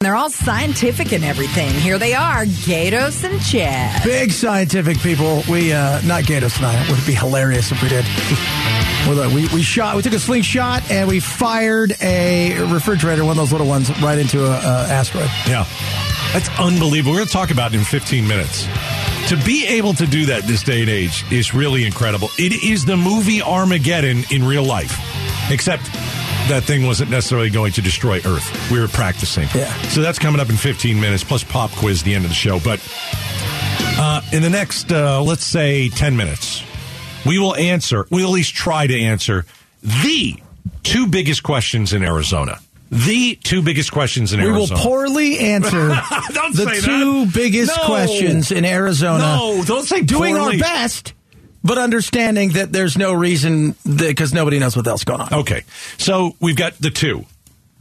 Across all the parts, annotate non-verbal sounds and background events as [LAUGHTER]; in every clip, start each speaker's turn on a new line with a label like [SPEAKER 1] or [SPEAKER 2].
[SPEAKER 1] They're all scientific and everything. Here they are, Gatos and Chad.
[SPEAKER 2] Big scientific people. We uh, not Gatos and I. It would be hilarious if we did. [LAUGHS] Well, look, we, we shot. We took a slingshot and we fired a refrigerator, one of those little ones, right into a, a asteroid.
[SPEAKER 3] Yeah. That's unbelievable. We're going to talk about it in 15 minutes. To be able to do that this day and age is really incredible. It is the movie Armageddon in real life, except that thing wasn't necessarily going to destroy Earth. We were practicing.
[SPEAKER 2] Yeah.
[SPEAKER 3] So that's coming up in 15 minutes, plus pop quiz, the end of the show. But uh, in the next, uh, let's say, 10 minutes, we will answer, we'll at least try to answer the two biggest questions in Arizona. The two biggest questions in
[SPEAKER 2] We will
[SPEAKER 3] Arizona.
[SPEAKER 2] poorly answer
[SPEAKER 3] [LAUGHS] Don't
[SPEAKER 2] the
[SPEAKER 3] say
[SPEAKER 2] two
[SPEAKER 3] that.
[SPEAKER 2] biggest
[SPEAKER 3] No.
[SPEAKER 2] questions in Arizona.
[SPEAKER 3] No, don't say
[SPEAKER 2] doing
[SPEAKER 3] poorly.
[SPEAKER 2] our best, but understanding that there's no reason because nobody knows what else going on.
[SPEAKER 3] Okay. So we've got the two,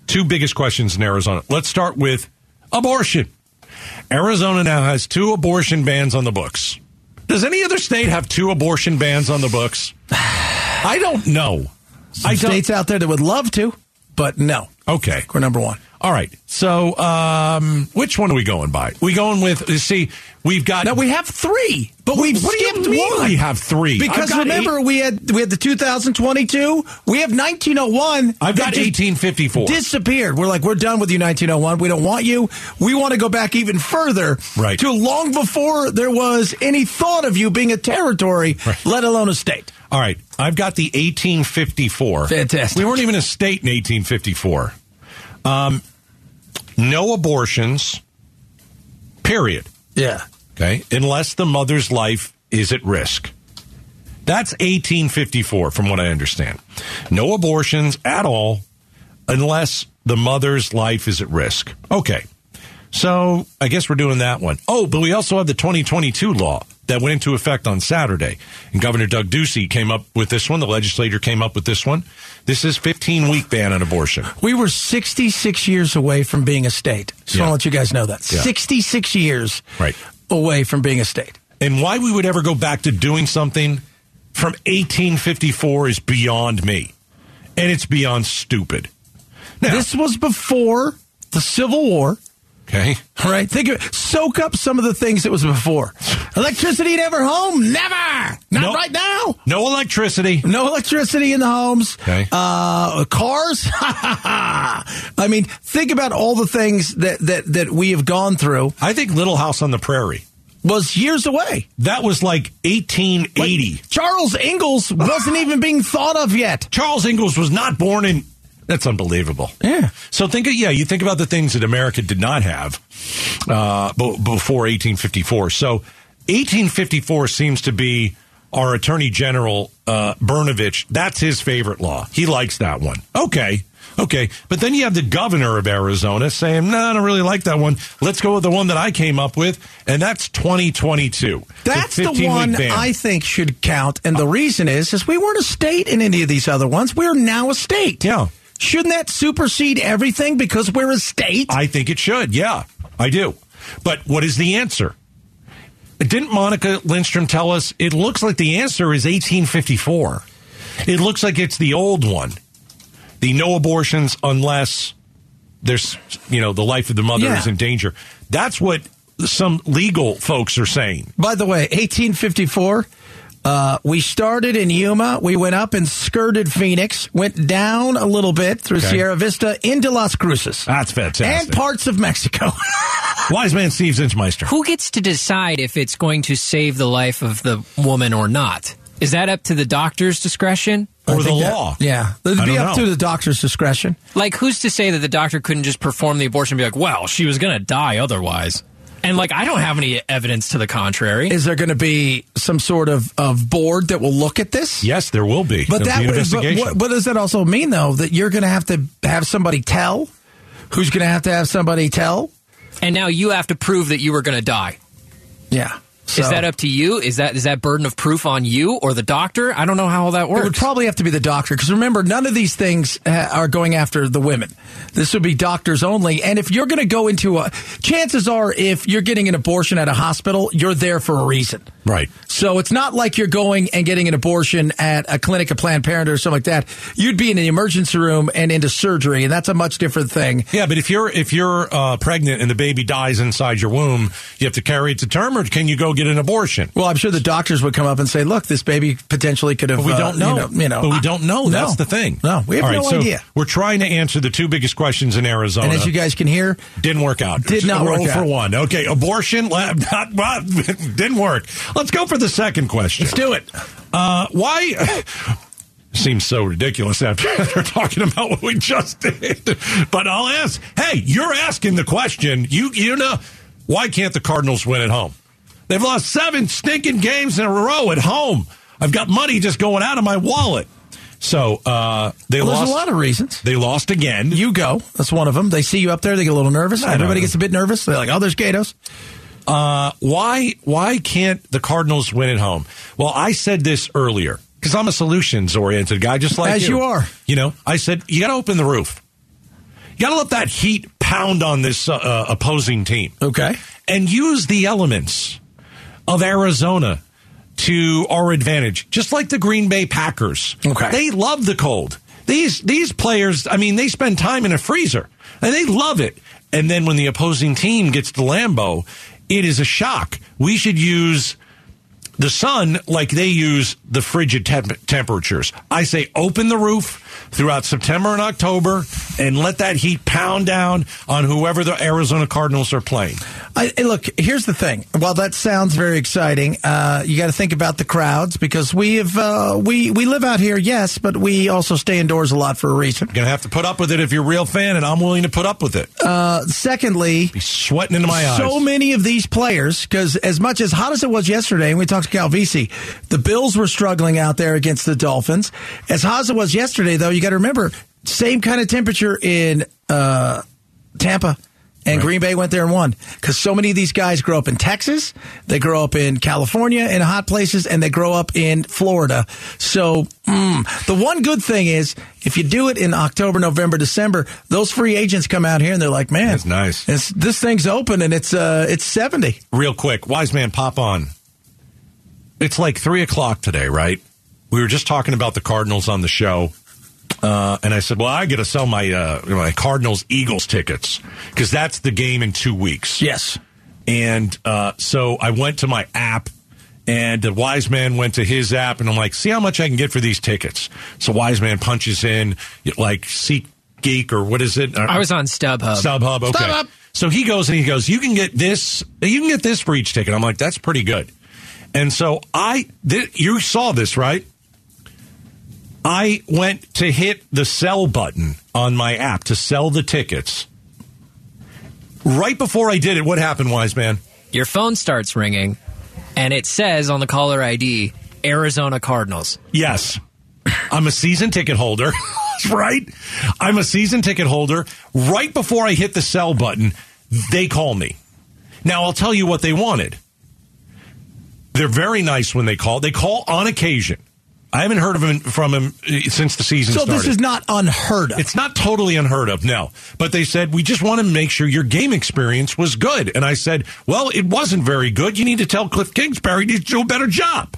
[SPEAKER 3] two biggest questions in Arizona. Let's start with abortion. Arizona now has two abortion bans on the books. Does any other state have two abortion bans on the books? [SIGHS] I don't know. I don't.
[SPEAKER 2] States out there that would love to, but no.
[SPEAKER 3] okay.
[SPEAKER 2] We're number one.
[SPEAKER 3] All right. So, um, which one are we going by? We going with? you See, we've got.
[SPEAKER 2] No, we have three, but
[SPEAKER 3] What-
[SPEAKER 2] we've
[SPEAKER 3] what do you
[SPEAKER 2] skipped
[SPEAKER 3] mean
[SPEAKER 2] one.
[SPEAKER 3] we have three? I've
[SPEAKER 2] Because
[SPEAKER 3] got
[SPEAKER 2] remember, we had we had the 2022, we have 1901.
[SPEAKER 3] I've got oh
[SPEAKER 2] that just
[SPEAKER 3] 1854.
[SPEAKER 2] Disappeared. We're like, we're done with you, 1901. We don't want you. We want to go back even further
[SPEAKER 3] Right.
[SPEAKER 2] to long before there was any thought of you being a territory,
[SPEAKER 3] Right.
[SPEAKER 2] let alone a state.
[SPEAKER 3] All right, I've got the 1854.
[SPEAKER 2] Fantastic.
[SPEAKER 3] We weren't even a state in 1854. Um, no abortions, period.
[SPEAKER 2] Yeah.
[SPEAKER 3] Okay, unless the mother's life is at risk. That's 1854, from what I understand. No abortions at all, unless the mother's life is at risk. Okay, so I guess we're doing that one. Oh, but we also have the 2022 law that went into effect on Saturday. And Governor Doug Ducey came up with this one. The legislator came up with this one. This is 15 week ban on abortion.
[SPEAKER 2] We were 66 years away from being a state. Just
[SPEAKER 3] Yeah.
[SPEAKER 2] want to let you guys know that.
[SPEAKER 3] Yeah.
[SPEAKER 2] 66 years
[SPEAKER 3] Right.
[SPEAKER 2] away from being a state.
[SPEAKER 3] And why we would ever go back to doing something from 1854 is beyond me. And it's beyond stupid. Now,
[SPEAKER 2] This was before the Civil War.
[SPEAKER 3] okay.
[SPEAKER 2] All right, think of it. Soak up some of the things that was before. Electricity in every home? Never. Not
[SPEAKER 3] Nope.
[SPEAKER 2] right now.
[SPEAKER 3] No electricity.
[SPEAKER 2] No electricity in the homes.
[SPEAKER 3] Okay.
[SPEAKER 2] Uh, cars. [LAUGHS] I mean, think about all the things that, that, that we have gone through.
[SPEAKER 3] I think Little House on the Prairie.
[SPEAKER 2] Was years away.
[SPEAKER 3] That was like 1880.
[SPEAKER 2] Like, Charles Ingalls wasn't even being thought of yet.
[SPEAKER 3] Charles Ingalls was not born in. That's unbelievable.
[SPEAKER 2] Yeah.
[SPEAKER 3] So think of yeah, you think about the things that America did not have uh, b- before 1854. So 1854 seems to be our Attorney General uh, Bernovich. That's his favorite law. He likes that one. Okay. Okay, but then you have the governor of Arizona saying, "No, I don't really like that one. Let's go with the one that I came up with, and that's 2022."
[SPEAKER 2] That's the, one I think should count, and the reason is is we weren't a state in any of these other ones. We're now a state.
[SPEAKER 3] Yeah.
[SPEAKER 2] Shouldn't that supersede everything because we're a state?
[SPEAKER 3] I think it should. Yeah, I do. But what is the answer? Didn't Monica Lindstrom tell us it looks like the answer is 1854? It looks like it's the old one. The no abortions unless there's, you know, the life of the mother
[SPEAKER 2] Yeah.
[SPEAKER 3] is in danger. That's what some legal folks are saying.
[SPEAKER 2] By the way, 1854. Uh, we started in Yuma. We went up and skirted Phoenix, went down a little bit through
[SPEAKER 3] Okay.
[SPEAKER 2] Sierra Vista into Las Cruces.
[SPEAKER 3] That's fantastic.
[SPEAKER 2] And parts of Mexico.
[SPEAKER 3] Wise man Steve Zinsmeister.
[SPEAKER 4] Who gets to decide if it's going to save the life of the woman or not? Is that up to the doctor's discretion?
[SPEAKER 3] [LAUGHS] Or
[SPEAKER 2] I
[SPEAKER 3] the
[SPEAKER 2] think that-
[SPEAKER 3] law.
[SPEAKER 2] yeah. It'd
[SPEAKER 3] I
[SPEAKER 2] be
[SPEAKER 3] don't
[SPEAKER 2] up
[SPEAKER 3] know.
[SPEAKER 2] to the doctor's discretion.
[SPEAKER 4] Like, who's to say that the doctor couldn't just perform the abortion and be like, well, she was going to die otherwise? And, like, I don't have any evidence to the contrary.
[SPEAKER 2] Is there going to be some sort of, of board that will look at this?
[SPEAKER 3] Yes, there will be.
[SPEAKER 2] But
[SPEAKER 3] There'll
[SPEAKER 2] that
[SPEAKER 3] be an
[SPEAKER 2] would- but
[SPEAKER 3] investigation.
[SPEAKER 2] what, what does that also mean though? That you're going to have to have somebody tell. Who's going to have to have somebody tell?
[SPEAKER 4] and now you have to prove that you were going to die.
[SPEAKER 2] Yeah.
[SPEAKER 4] Is
[SPEAKER 2] So-
[SPEAKER 4] that up to you? Is that is that burden of proof on you or the doctor? I don't know how all that
[SPEAKER 2] It
[SPEAKER 4] works.
[SPEAKER 2] would probably have to be the doctor because remember, none of these things uh, are going after the women. This would be doctors only. And if you're going to go into a, chances are, if you're getting an abortion at a hospital, you're there for a reason.
[SPEAKER 3] Right.
[SPEAKER 2] So it's not like you're going and getting an abortion at a clinic of Planned Parenthood or something like that. You'd be in the emergency room and into surgery, and that's a much different thing.
[SPEAKER 3] Yeah, but if you're if you're uh, pregnant and the baby dies inside your womb, you have to carry it to term, or can you go get an abortion?
[SPEAKER 2] Well, I'm sure the doctors would come up and say, "Look, this baby potentially could have."
[SPEAKER 3] But we
[SPEAKER 2] uh,
[SPEAKER 3] don't know.
[SPEAKER 2] You know, you know.
[SPEAKER 3] but we don't know.
[SPEAKER 2] No.
[SPEAKER 3] That's the thing.
[SPEAKER 2] No, we have
[SPEAKER 3] All right,
[SPEAKER 2] no
[SPEAKER 3] so
[SPEAKER 2] idea.
[SPEAKER 3] We're trying to answer the two biggest questions in Arizona.
[SPEAKER 2] And as you guys can hear,
[SPEAKER 3] didn't work out.
[SPEAKER 2] Did not
[SPEAKER 3] We're
[SPEAKER 2] work
[SPEAKER 3] 0 for
[SPEAKER 2] out.
[SPEAKER 3] one. Okay, abortion lab [LAUGHS] not, not didn't work. Let's go for the second question.
[SPEAKER 2] let's do it.
[SPEAKER 3] Uh, why? [SIGHS] Seems so ridiculous after [LAUGHS] they're talking about what we just did. But I'll ask. Hey, you're asking the question. You you know why can't the Cardinals win at home? They've lost seven stinking games in a row at home. I've got money just going out of my wallet. So uh, they
[SPEAKER 2] Well,
[SPEAKER 3] lost.
[SPEAKER 2] there's a lot of reasons.
[SPEAKER 3] they lost again.
[SPEAKER 2] You go. That's one of them. They see you up there. They get a little nervous.
[SPEAKER 3] I
[SPEAKER 2] Everybody
[SPEAKER 3] know.
[SPEAKER 2] gets a bit nervous. They're like, "Oh, there's Gatos."
[SPEAKER 3] Uh, why why can't the Cardinals win at home? Well, I said this earlier because I'm a solutions oriented guy, just like
[SPEAKER 2] As you are.
[SPEAKER 3] You know, I said you got to open the roof. You got to let that heat pound on this uh, uh, opposing team
[SPEAKER 2] Okay.
[SPEAKER 3] and use the elements of Arizona to our advantage, just like the Green Bay Packers.
[SPEAKER 2] Okay.
[SPEAKER 3] They love the cold. These these players, I mean, they spend time in a freezer and they love it. And then when the opposing team gets to Lambeau, it is a shock. We should use the sun like they use the frigid temp- temperatures. I say open the roof throughout September and October and let that heat pound down on whoever the Arizona Cardinals are playing.
[SPEAKER 2] I, I- look, here's the thing. While that sounds very exciting, uh, you got to think about the crowds because we have uh, we we live out here, yes, but we also stay indoors a lot for a reason.
[SPEAKER 3] Gonna have to put up with it if you're a real fan, and I'm willing to put up with it.
[SPEAKER 2] Secondly,
[SPEAKER 3] Be sweating into my eyes.
[SPEAKER 2] so many of these players, because as much as hot as it was yesterday, and we talked to Calvisi, the Bills were struggling out there against the Dolphins. As hot as it was yesterday, though, you got to remember, same kind of temperature in uh, Tampa. And Green Bay went there and won because so many of these guys grow up in Texas, they grow up in California in hot places, and they grow up in Florida. So mm, the one good thing is if you do it in October, November, December, those free agents come out here and they're like, "Man,
[SPEAKER 3] That's nice.
[SPEAKER 2] it's, this thing's open and it's uh it's seventy.
[SPEAKER 3] real quick, wise man, pop on. It's like three o'clock today, right? We were just talking about the Cardinals on the show, uh, and I said, "Well, I got to sell my uh, my Cardinals Eagles tickets because that's the game in two weeks."
[SPEAKER 2] Yes.
[SPEAKER 3] And uh, so I went to my app, and the wise man went to his app, and I'm like, see how much I can get for these tickets. So wise man punches in like Seek Geek or what is it?
[SPEAKER 4] I was on StubHub.
[SPEAKER 3] StubHub. Okay.
[SPEAKER 2] StubHub.
[SPEAKER 3] So he goes and he goes, you can get this, you can get this for each ticket. I'm like, that's pretty good. And so I, th- you saw this right? I went to hit the sell button on my app to sell the tickets. Right before I did it, what happened, wise man?
[SPEAKER 4] Your phone starts ringing, and it says on the caller ID, Arizona Cardinals.
[SPEAKER 3] Yes. I'm a season ticket holder, [LAUGHS] right? I'm a season ticket holder. Right before I hit the sell button, they call me. Now, I'll tell you what they wanted. They're very nice when they call. They call on occasion. I haven't heard of him from him eh, since the season
[SPEAKER 2] So
[SPEAKER 3] started.
[SPEAKER 2] this is not unheard of.
[SPEAKER 3] It's not totally unheard of, no. But they said, we just want to make sure your game experience was good. And I said, well, it wasn't very good. You need to tell Cliff Kingsbury to do a better job.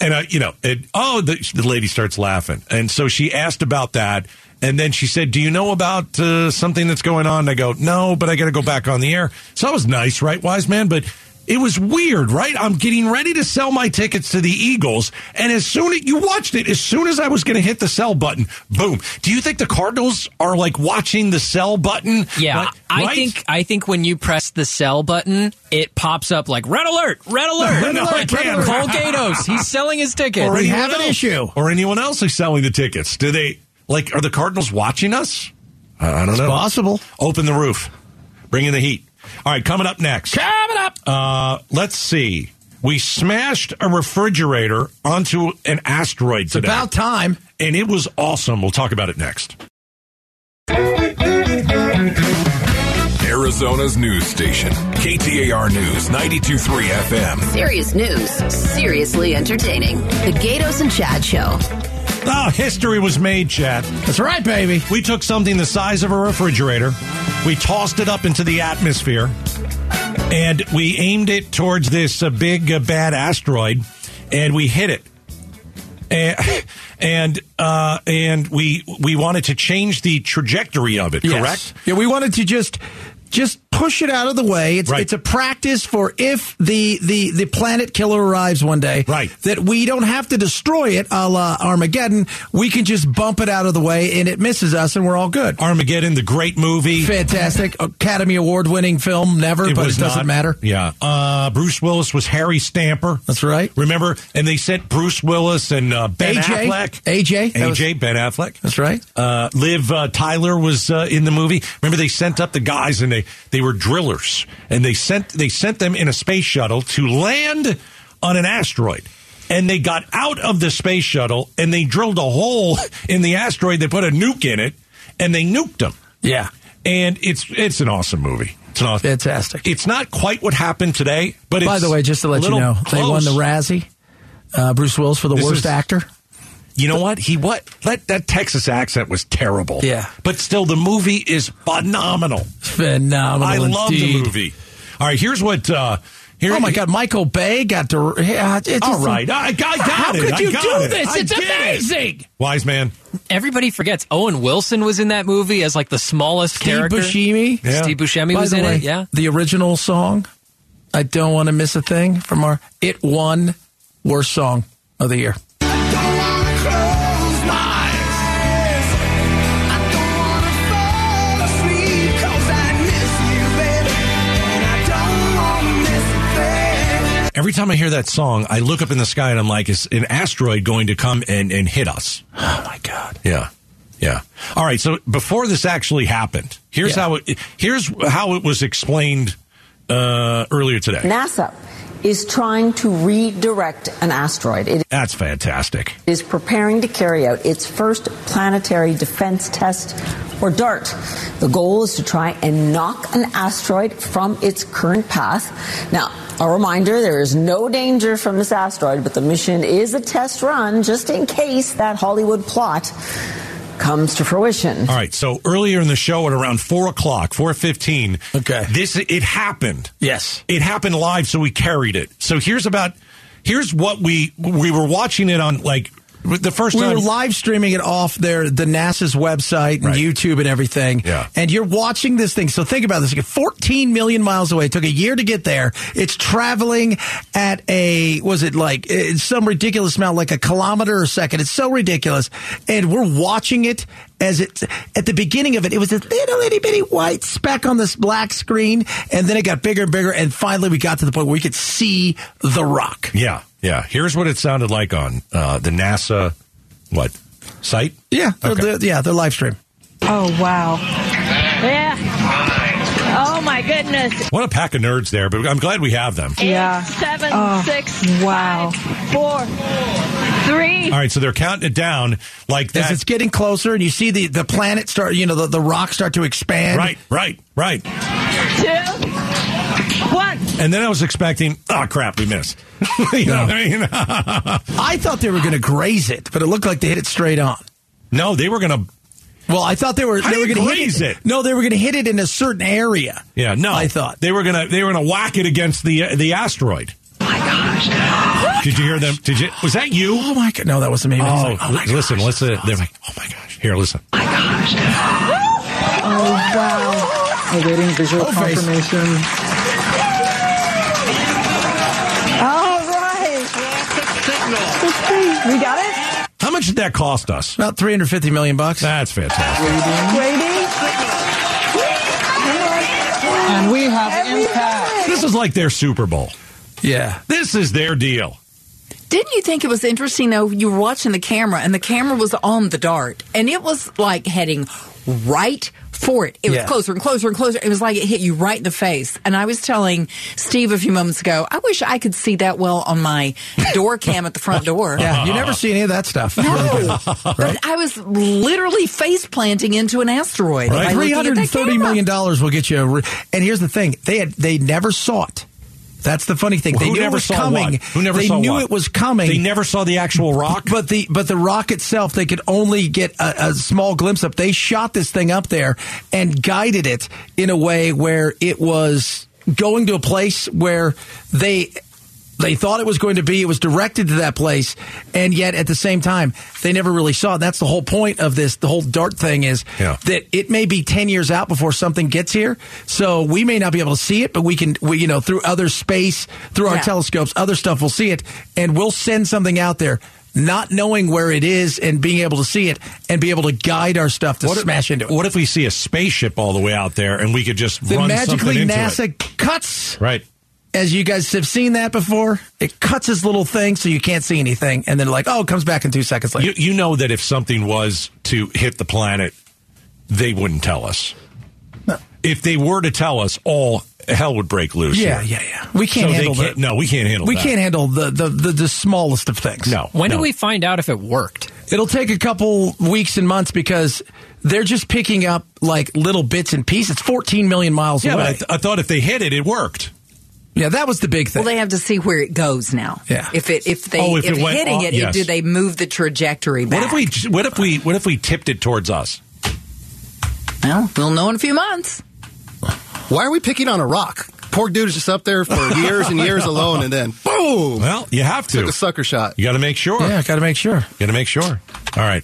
[SPEAKER 3] And I, you know, and oh, the, the lady starts laughing. And so she asked about that. And then she said, do you know about uh, something that's going on? And I go, no, but I got to go back on the air. So that was nice, right, wise man? But it was weird, right? I'm getting ready to sell my tickets to the Eagles, and as soon as you watched it, as soon as I was going to hit the sell button, boom. Do you think the Cardinals are like watching the sell button?
[SPEAKER 4] Yeah,
[SPEAKER 3] Like,
[SPEAKER 4] I
[SPEAKER 3] right?
[SPEAKER 4] think I think when you press the sell button, it pops up like red alert, red alert,
[SPEAKER 3] No, I can't.
[SPEAKER 4] Cole Gatos, he's selling his ticket.
[SPEAKER 3] Or
[SPEAKER 2] We
[SPEAKER 3] anyone
[SPEAKER 2] have an
[SPEAKER 3] else-
[SPEAKER 2] issue.
[SPEAKER 3] or anyone else who's selling the tickets. Do they like? Are the Cardinals watching us? I, I don't know.
[SPEAKER 2] possible.
[SPEAKER 3] Open the roof. Bring in the heat. All right, coming up next.
[SPEAKER 2] Coming up.
[SPEAKER 3] Uh, let's see. We smashed a refrigerator onto an asteroid today.
[SPEAKER 2] About time.
[SPEAKER 3] and it was awesome. We'll talk about it next.
[SPEAKER 5] Arizona's news station, KTAR News 923 FM.
[SPEAKER 6] Serious news, seriously entertaining. The Gatos and Chad Show.
[SPEAKER 3] Ah, history was made, Chad.
[SPEAKER 2] That's right, baby.
[SPEAKER 3] We took something the size of a refrigerator, we tossed it up into the atmosphere, and we aimed it towards this uh, big uh, bad asteroid, and we hit it. And and uh, and we we wanted to change the trajectory of it,
[SPEAKER 4] Yes.
[SPEAKER 3] correct?
[SPEAKER 2] Yeah, we wanted to just just push it out of the way. It's
[SPEAKER 3] Right.
[SPEAKER 2] it's a practice for if the the the planet killer arrives one day,
[SPEAKER 3] Right.
[SPEAKER 2] That we don't have to destroy it, a la Armageddon. We can just bump it out of the way, and it misses us, and we're all good.
[SPEAKER 3] Armageddon, the great movie.
[SPEAKER 2] Fantastic Academy Award winning film. Never, but it doesn't
[SPEAKER 3] not-
[SPEAKER 2] matter.
[SPEAKER 3] Yeah, uh, Bruce Willis was Harry Stamper.
[SPEAKER 2] That's right.
[SPEAKER 3] Remember, and they sent Bruce Willis and uh, Ben
[SPEAKER 2] AJ.
[SPEAKER 3] Affleck.
[SPEAKER 2] AJ, that was-
[SPEAKER 3] AJ, Ben Affleck.
[SPEAKER 2] That's right.
[SPEAKER 3] Uh, Liv uh, Tyler was uh, in the movie. Remember, they sent up the guys, and they they were drillers, and they sent they sent them in a space shuttle to land on an asteroid. And they got out of the space shuttle, and they drilled a hole [LAUGHS] in the asteroid. They put a nuke in it, and they nuked them.
[SPEAKER 2] Yeah.
[SPEAKER 3] and it's it's an awesome movie. It's an awesome,
[SPEAKER 2] Fantastic.
[SPEAKER 3] It's not quite what happened today, but it's
[SPEAKER 2] By the way, just to
[SPEAKER 3] a
[SPEAKER 2] let you
[SPEAKER 3] little
[SPEAKER 2] know, they won
[SPEAKER 3] close.
[SPEAKER 2] the Razzie. Uh, Bruce Willis for the
[SPEAKER 3] This
[SPEAKER 2] worst
[SPEAKER 3] is-
[SPEAKER 2] actor.
[SPEAKER 3] You know what? He what? That that Texas accent was terrible.
[SPEAKER 2] Yeah.
[SPEAKER 3] but still, the movie is phenomenal.
[SPEAKER 2] Phenomenal.
[SPEAKER 3] I love
[SPEAKER 2] indeed.
[SPEAKER 3] the movie. All right, here's what. Uh, here,
[SPEAKER 2] Oh my God, Michael Bay got to. Uh, it's
[SPEAKER 3] All right, I, I got
[SPEAKER 2] How
[SPEAKER 3] it.
[SPEAKER 2] could
[SPEAKER 3] I
[SPEAKER 2] you
[SPEAKER 3] got
[SPEAKER 2] do
[SPEAKER 3] it.
[SPEAKER 2] this?
[SPEAKER 3] I
[SPEAKER 2] It's
[SPEAKER 3] did it.
[SPEAKER 2] amazing.
[SPEAKER 3] Wise man.
[SPEAKER 4] Everybody forgets Owen Wilson was in that movie as like the smallest
[SPEAKER 2] Steve
[SPEAKER 4] character.
[SPEAKER 2] Buscemi.
[SPEAKER 3] Yeah.
[SPEAKER 4] Steve Buscemi
[SPEAKER 2] By
[SPEAKER 4] was
[SPEAKER 2] the
[SPEAKER 4] in
[SPEAKER 2] way,
[SPEAKER 4] it. Yeah.
[SPEAKER 2] the original song. I don't want to miss a thing from our. It won worst song of the year.
[SPEAKER 3] Every time I hear that song, I look up in the sky and I'm like, is an asteroid going to come and, and hit us?
[SPEAKER 2] Oh my God.
[SPEAKER 3] Yeah. Yeah. All right. So before this actually happened, here's
[SPEAKER 2] Yeah.
[SPEAKER 3] how it here's how it was explained uh, earlier today.
[SPEAKER 7] NASA is trying to redirect an asteroid. It
[SPEAKER 3] That's fantastic.
[SPEAKER 7] is preparing to carry out its first planetary defense test, or DART. The goal is to try and knock an asteroid from its current path. Now, a reminder there is no danger from this asteroid, but the mission is a test run just in case that Hollywood plot comes to fruition.
[SPEAKER 3] All right. So earlier in the show at around four o'clock, four fifteen.
[SPEAKER 2] Okay.
[SPEAKER 3] This it happened.
[SPEAKER 2] Yes.
[SPEAKER 3] It happened live, so we carried it. So here's about here's what we we were watching it on like the first
[SPEAKER 2] We
[SPEAKER 3] time.
[SPEAKER 2] were live streaming it off their the NASA's website and
[SPEAKER 3] Right.
[SPEAKER 2] YouTube and everything.
[SPEAKER 3] Yeah.
[SPEAKER 2] And you're watching this thing. So think about this: You're 14 million miles away. It took a year to get there. It's traveling at a was it like eh, some ridiculous amount, like a kilometer a second. It's so ridiculous, and we're watching it as it at the beginning of it. It was this little itty bitty white speck on this black screen, and then it got bigger and bigger, and finally we got to the point where we could see the rock.
[SPEAKER 3] yeah. Yeah. Here's what it sounded like on uh, the NASA what site?
[SPEAKER 2] Yeah, Uh, the-
[SPEAKER 3] Okay.
[SPEAKER 2] the- yeah, the live stream.
[SPEAKER 8] Oh, wow. Yeah. Oh, my goodness.
[SPEAKER 3] What a pack of nerds there, but I'm glad we have them.
[SPEAKER 8] Yeah. Seven, six, wow. four, three.
[SPEAKER 3] All right, so they're counting it down like
[SPEAKER 2] As
[SPEAKER 3] that.
[SPEAKER 2] it's getting closer and you see the, the planet start, you know, the, the rocks start to expand.
[SPEAKER 3] Right, right, right.
[SPEAKER 8] two, one.
[SPEAKER 3] And then I was expecting, oh crap, we missed. [LAUGHS] you know what I mean? [LAUGHS]
[SPEAKER 2] I thought they were going to graze it, but it looked like they hit it straight on.
[SPEAKER 3] no, they were gonna.
[SPEAKER 2] Well, I thought they were
[SPEAKER 3] How
[SPEAKER 2] they
[SPEAKER 3] do
[SPEAKER 2] were
[SPEAKER 3] you
[SPEAKER 2] going to
[SPEAKER 3] graze
[SPEAKER 2] hit
[SPEAKER 3] it?
[SPEAKER 2] No, they were going to hit it in a certain area.
[SPEAKER 3] Yeah, no,
[SPEAKER 2] I thought
[SPEAKER 3] they were gonna. They were gonna whack it against the uh, the asteroid. Did you hear them? Did you? Was that you?
[SPEAKER 2] Oh my god! No, that wasn't me. It was
[SPEAKER 3] Oh,
[SPEAKER 2] like, oh my
[SPEAKER 3] listen,
[SPEAKER 2] gosh.
[SPEAKER 3] listen. They're like, oh my gosh. Here, listen.
[SPEAKER 9] Oh,
[SPEAKER 10] Awaiting visual
[SPEAKER 2] Whole face.
[SPEAKER 10] confirmation.
[SPEAKER 7] All right. We got it?
[SPEAKER 3] How much did that cost us?
[SPEAKER 2] About three hundred fifty million bucks.
[SPEAKER 3] That's fantastic.
[SPEAKER 7] Waiting.
[SPEAKER 10] And we have impact.
[SPEAKER 3] This is like their Super Bowl. [LAUGHS]
[SPEAKER 2] yeah,
[SPEAKER 3] This is their deal.
[SPEAKER 1] Didn't you think it was interesting though? You were watching the camera and the camera was on the dart and it was like heading right for it. It was
[SPEAKER 2] Yeah.
[SPEAKER 1] closer and closer and closer. It was like it hit you right in the face. And I was telling Steve a few moments ago, I wish I could see that well on my door cam at the front door.
[SPEAKER 2] [LAUGHS] yeah. You never see any of that stuff. [LAUGHS]
[SPEAKER 1] No, but I was literally face planting into an asteroid. by
[SPEAKER 2] Three
[SPEAKER 1] looking at
[SPEAKER 2] hundred
[SPEAKER 1] that
[SPEAKER 2] thirty
[SPEAKER 1] camera.
[SPEAKER 2] million dollars will get you. A re- and here's the thing: they had they never saw it. That's the funny thing.
[SPEAKER 3] Who
[SPEAKER 2] they knew
[SPEAKER 3] never
[SPEAKER 2] it was
[SPEAKER 3] saw
[SPEAKER 2] coming.
[SPEAKER 3] what? Who never
[SPEAKER 2] they
[SPEAKER 3] saw
[SPEAKER 2] knew
[SPEAKER 3] what?
[SPEAKER 2] it was coming.
[SPEAKER 3] They never saw the actual rock.
[SPEAKER 2] But the but the rock itself, they could only get a, a small glimpse of. They shot this thing up there and guided it in a way where it was going to a place where they they thought it was going to be it was directed to that place and yet at the same time they never really saw it that's the whole point of this the whole dart thing is
[SPEAKER 3] Yeah.
[SPEAKER 2] that it may be 10 years out before something gets here so we may not be able to see it but we can we, you know through other space through our
[SPEAKER 1] Yeah.
[SPEAKER 2] telescopes other stuff we'll see it and we'll send something out there not knowing where it is and being able to see it and be able to guide our stuff to smash into it
[SPEAKER 3] What if we see a spaceship all the way out there and we could just
[SPEAKER 2] then
[SPEAKER 3] run
[SPEAKER 2] magically
[SPEAKER 3] something into
[SPEAKER 2] NASA
[SPEAKER 3] it?
[SPEAKER 2] cuts
[SPEAKER 3] Right.
[SPEAKER 2] as you guys have seen that before, it cuts his little thing so you can't see anything, and then like, oh, it comes back in two seconds later.
[SPEAKER 3] You, you know that if something was to hit the planet, they wouldn't tell us. If they were to tell us, all hell would break loose.
[SPEAKER 2] yeah,
[SPEAKER 3] here.
[SPEAKER 2] yeah, yeah. We can't
[SPEAKER 3] So they
[SPEAKER 2] handle
[SPEAKER 3] can't-
[SPEAKER 2] that.
[SPEAKER 3] no, we can't handle
[SPEAKER 2] We
[SPEAKER 3] that.
[SPEAKER 2] can't handle the the, the the smallest of things.
[SPEAKER 3] No.
[SPEAKER 4] When
[SPEAKER 3] no.
[SPEAKER 4] do we find out if it worked?
[SPEAKER 2] it'll take a couple weeks and months because they're just picking up like little bits and pieces. It's 14 million miles
[SPEAKER 3] Yeah, but
[SPEAKER 2] away.
[SPEAKER 3] I, th- I thought if they hit it, it worked.
[SPEAKER 2] yeah, that was the big thing.
[SPEAKER 1] Well, they have to see where it goes now.
[SPEAKER 2] Yeah.
[SPEAKER 1] If it if they
[SPEAKER 3] Oh, if
[SPEAKER 1] if,
[SPEAKER 3] it went
[SPEAKER 1] hitting
[SPEAKER 3] off-
[SPEAKER 1] it,
[SPEAKER 3] yes.
[SPEAKER 1] do they move the trajectory back?
[SPEAKER 3] What if we? j- What if we? What if we tipped it towards us?
[SPEAKER 1] Well, we'll know in a few months.
[SPEAKER 11] Why are we picking on a rock? Poor dude is just up there for
[SPEAKER 3] [LAUGHS]
[SPEAKER 11] years and years alone, and then boom!
[SPEAKER 3] Well, you have to.
[SPEAKER 11] Took a sucker shot.
[SPEAKER 3] You got to make sure.
[SPEAKER 2] yeah, got to make sure.
[SPEAKER 3] Got to make sure. All right.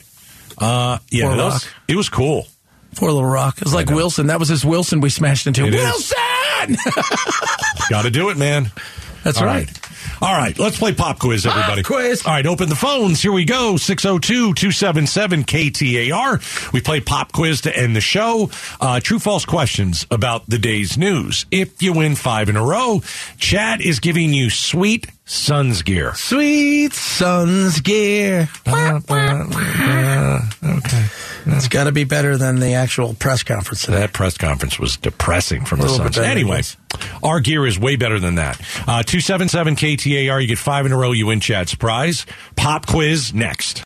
[SPEAKER 3] Uh, yeah,
[SPEAKER 2] Poor
[SPEAKER 3] that was-
[SPEAKER 2] Rock.
[SPEAKER 3] it was cool.
[SPEAKER 2] Poor little rock. It was like Wilson. That was his Wilson we smashed into.
[SPEAKER 3] It is.
[SPEAKER 2] Wilson! [LAUGHS]
[SPEAKER 3] Got to do it, man.
[SPEAKER 2] That's
[SPEAKER 3] All
[SPEAKER 2] right.
[SPEAKER 3] All right, let's play pop quiz, everybody.
[SPEAKER 2] quiz.
[SPEAKER 3] All right, open the phones. Here we go 602 277 KTAR. We play pop quiz to end the show. Uh, true false questions about the day's news. If you win five in a row, Chad is giving you sweet sun's gear.
[SPEAKER 2] Sweet Sun's [LAUGHS] gear. okay. It's got to be better than the actual press conference today.
[SPEAKER 3] That press conference was depressing from
[SPEAKER 2] A
[SPEAKER 3] the
[SPEAKER 2] little bit
[SPEAKER 3] Suns.
[SPEAKER 2] better than
[SPEAKER 3] Anyway,
[SPEAKER 2] this.
[SPEAKER 3] our gear is way better than that. Uh, 277 KTAR, you get five in a row, you win Chad's prize. Pop quiz next.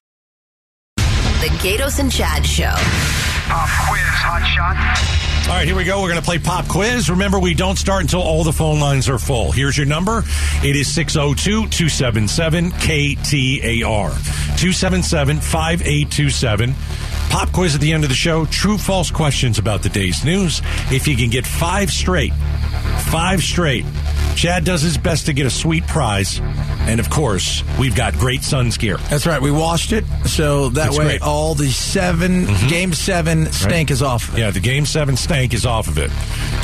[SPEAKER 6] The Gatos and Chad Show.
[SPEAKER 9] Pop quiz, hot shot.
[SPEAKER 3] All right, here we go. We're going to play pop quiz. Remember, we don't start until all the phone lines are full. Here's your number. It is 602-277-KTAR. 277-5827. Pop quiz at the end of the show. True, false questions about the day's news. If you can get five straight, five straight, Chad does his best to get a sweet prize. And of course, we've got great Suns gear.
[SPEAKER 2] That's right. We washed it, so that
[SPEAKER 3] That's
[SPEAKER 2] way
[SPEAKER 3] great.
[SPEAKER 2] all the 7 game seven stink is off.
[SPEAKER 3] Yeah, the game seven stank is off of it.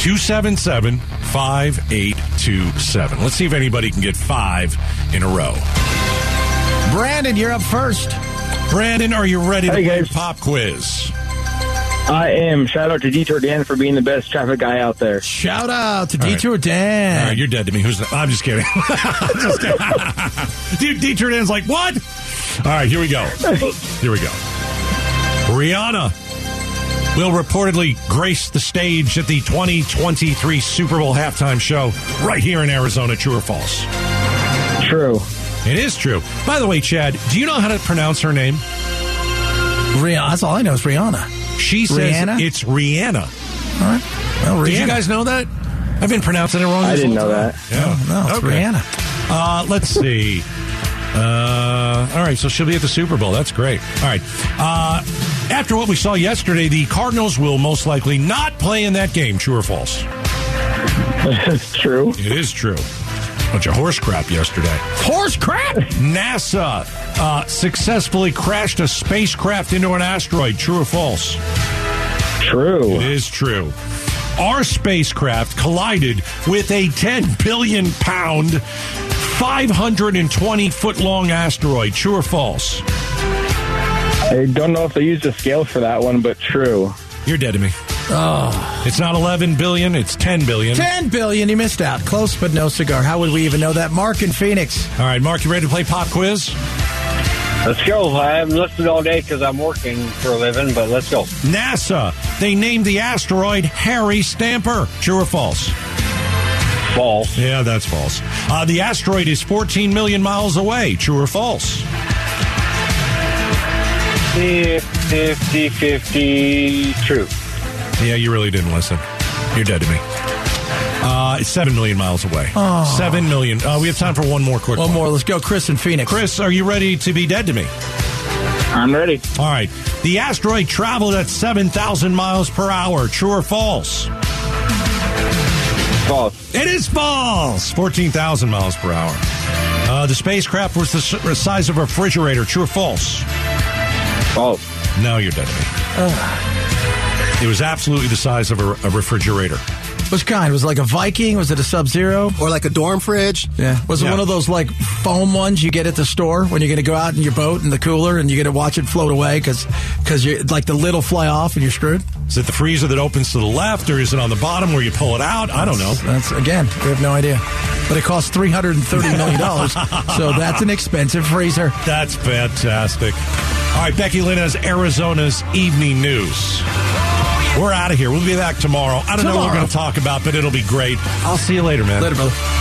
[SPEAKER 3] 277 5827. Let's see if anybody can get five in a row.
[SPEAKER 2] Brandon, you're up first.
[SPEAKER 3] Brandon, are you ready
[SPEAKER 9] Hey,
[SPEAKER 3] to play
[SPEAKER 9] guys.
[SPEAKER 3] pop quiz?
[SPEAKER 9] I am. Shout out to Detour Dan for being the best traffic guy out there.
[SPEAKER 2] Shout out to
[SPEAKER 3] All right.
[SPEAKER 2] Detour
[SPEAKER 3] All
[SPEAKER 2] Dan.
[SPEAKER 3] right, you're dead to me. Who's the, I'm just kidding. [LAUGHS] Just kidding. [LAUGHS] Dude, Dieter Dan's like, what? All right, here we go. Here we go. Rihanna will reportedly grace the stage at the 2023 Super Bowl halftime show right here in Arizona. True or false?
[SPEAKER 9] True.
[SPEAKER 3] It is true. By the way, Chad, do you know how to pronounce her name?
[SPEAKER 2] Rihanna. That's all I know is Rihanna.
[SPEAKER 3] She says
[SPEAKER 2] Rihanna?
[SPEAKER 3] it's Rihanna.
[SPEAKER 2] All right. Well,
[SPEAKER 3] Did
[SPEAKER 2] Rihanna.
[SPEAKER 3] you guys know that? I've been pronouncing it wrong.
[SPEAKER 9] I
[SPEAKER 3] this
[SPEAKER 9] didn't
[SPEAKER 3] whole
[SPEAKER 9] know
[SPEAKER 3] time.
[SPEAKER 9] that.
[SPEAKER 3] Yeah.
[SPEAKER 2] No, it's
[SPEAKER 3] Okay.
[SPEAKER 2] Rihanna.
[SPEAKER 3] Uh, let's see. Uh, all right, so she'll be at the Super Bowl. That's great. All right. Uh, after what we saw yesterday, the Cardinals will most likely not play in that game. True or false?
[SPEAKER 9] [LAUGHS] True.
[SPEAKER 3] It is true. Bunch of horse crap yesterday. Horse crap? NASA uh, successfully crashed a spacecraft into an asteroid. True or false? It
[SPEAKER 9] True.
[SPEAKER 3] is true. Our spacecraft collided with a 10 billion pound, 520 foot long asteroid. True or false?
[SPEAKER 9] I don't know if they used a scale for that one, but true.
[SPEAKER 3] You're dead to me. Oh. It's not 11 billion, it's 10 billion.
[SPEAKER 2] 10 billion. You missed out. Close, but no cigar. How would we even know that? Mark in Phoenix.
[SPEAKER 3] All right, Mark, you ready to play pop quiz?
[SPEAKER 9] Let's go. I haven't listened all day because I'm working for a living, but let's go.
[SPEAKER 3] NASA, they named the asteroid Harry Stamper. True or false?
[SPEAKER 9] False.
[SPEAKER 3] Yeah, that's false. Uh, the asteroid is 14 million miles away. True or false?
[SPEAKER 9] 50 50 true.
[SPEAKER 3] Yeah, you really didn't listen. You're dead to me. Uh, it's seven million miles away. Seven million. Uh, we have time for one more quick
[SPEAKER 2] One
[SPEAKER 3] one.
[SPEAKER 2] more. Let's go. Chris in Phoenix.
[SPEAKER 3] Chris, are you ready to be dead to me?
[SPEAKER 9] I'm ready.
[SPEAKER 3] All right. The asteroid traveled at 7,000 miles per hour. True or false?
[SPEAKER 9] false.
[SPEAKER 3] It is false. 14,000 miles per hour. Uh, the spacecraft was the s- size of a refrigerator. True or false?
[SPEAKER 9] False.
[SPEAKER 3] No, you're dead to me. It was absolutely the size of a, a refrigerator.
[SPEAKER 2] Which kind? Was it like a Viking? Was it a Sub Zero?
[SPEAKER 11] Or like a dorm fridge?
[SPEAKER 2] Yeah. Was it
[SPEAKER 3] Yeah.
[SPEAKER 2] one of those like foam ones you get at the store when you're going to go out in your boat in the cooler and you get to watch it float away because you like the lid will fly off and you're screwed?
[SPEAKER 3] Is it the freezer that opens to the left, or is it on the bottom where you pull it out? I don't know.
[SPEAKER 2] That's again, we have no idea. But it costs three hundred and thirty
[SPEAKER 11] [LAUGHS]
[SPEAKER 2] million dollars, so that's an expensive freezer.
[SPEAKER 3] That's fantastic. All right, Becky Lynn has Arizona's evening news. We're out of here. We'll be back tomorrow. I don't know what we're
[SPEAKER 2] Tomorrow.
[SPEAKER 3] going to talk about, but it'll be great. I'll see you later, man.
[SPEAKER 2] Later, brother.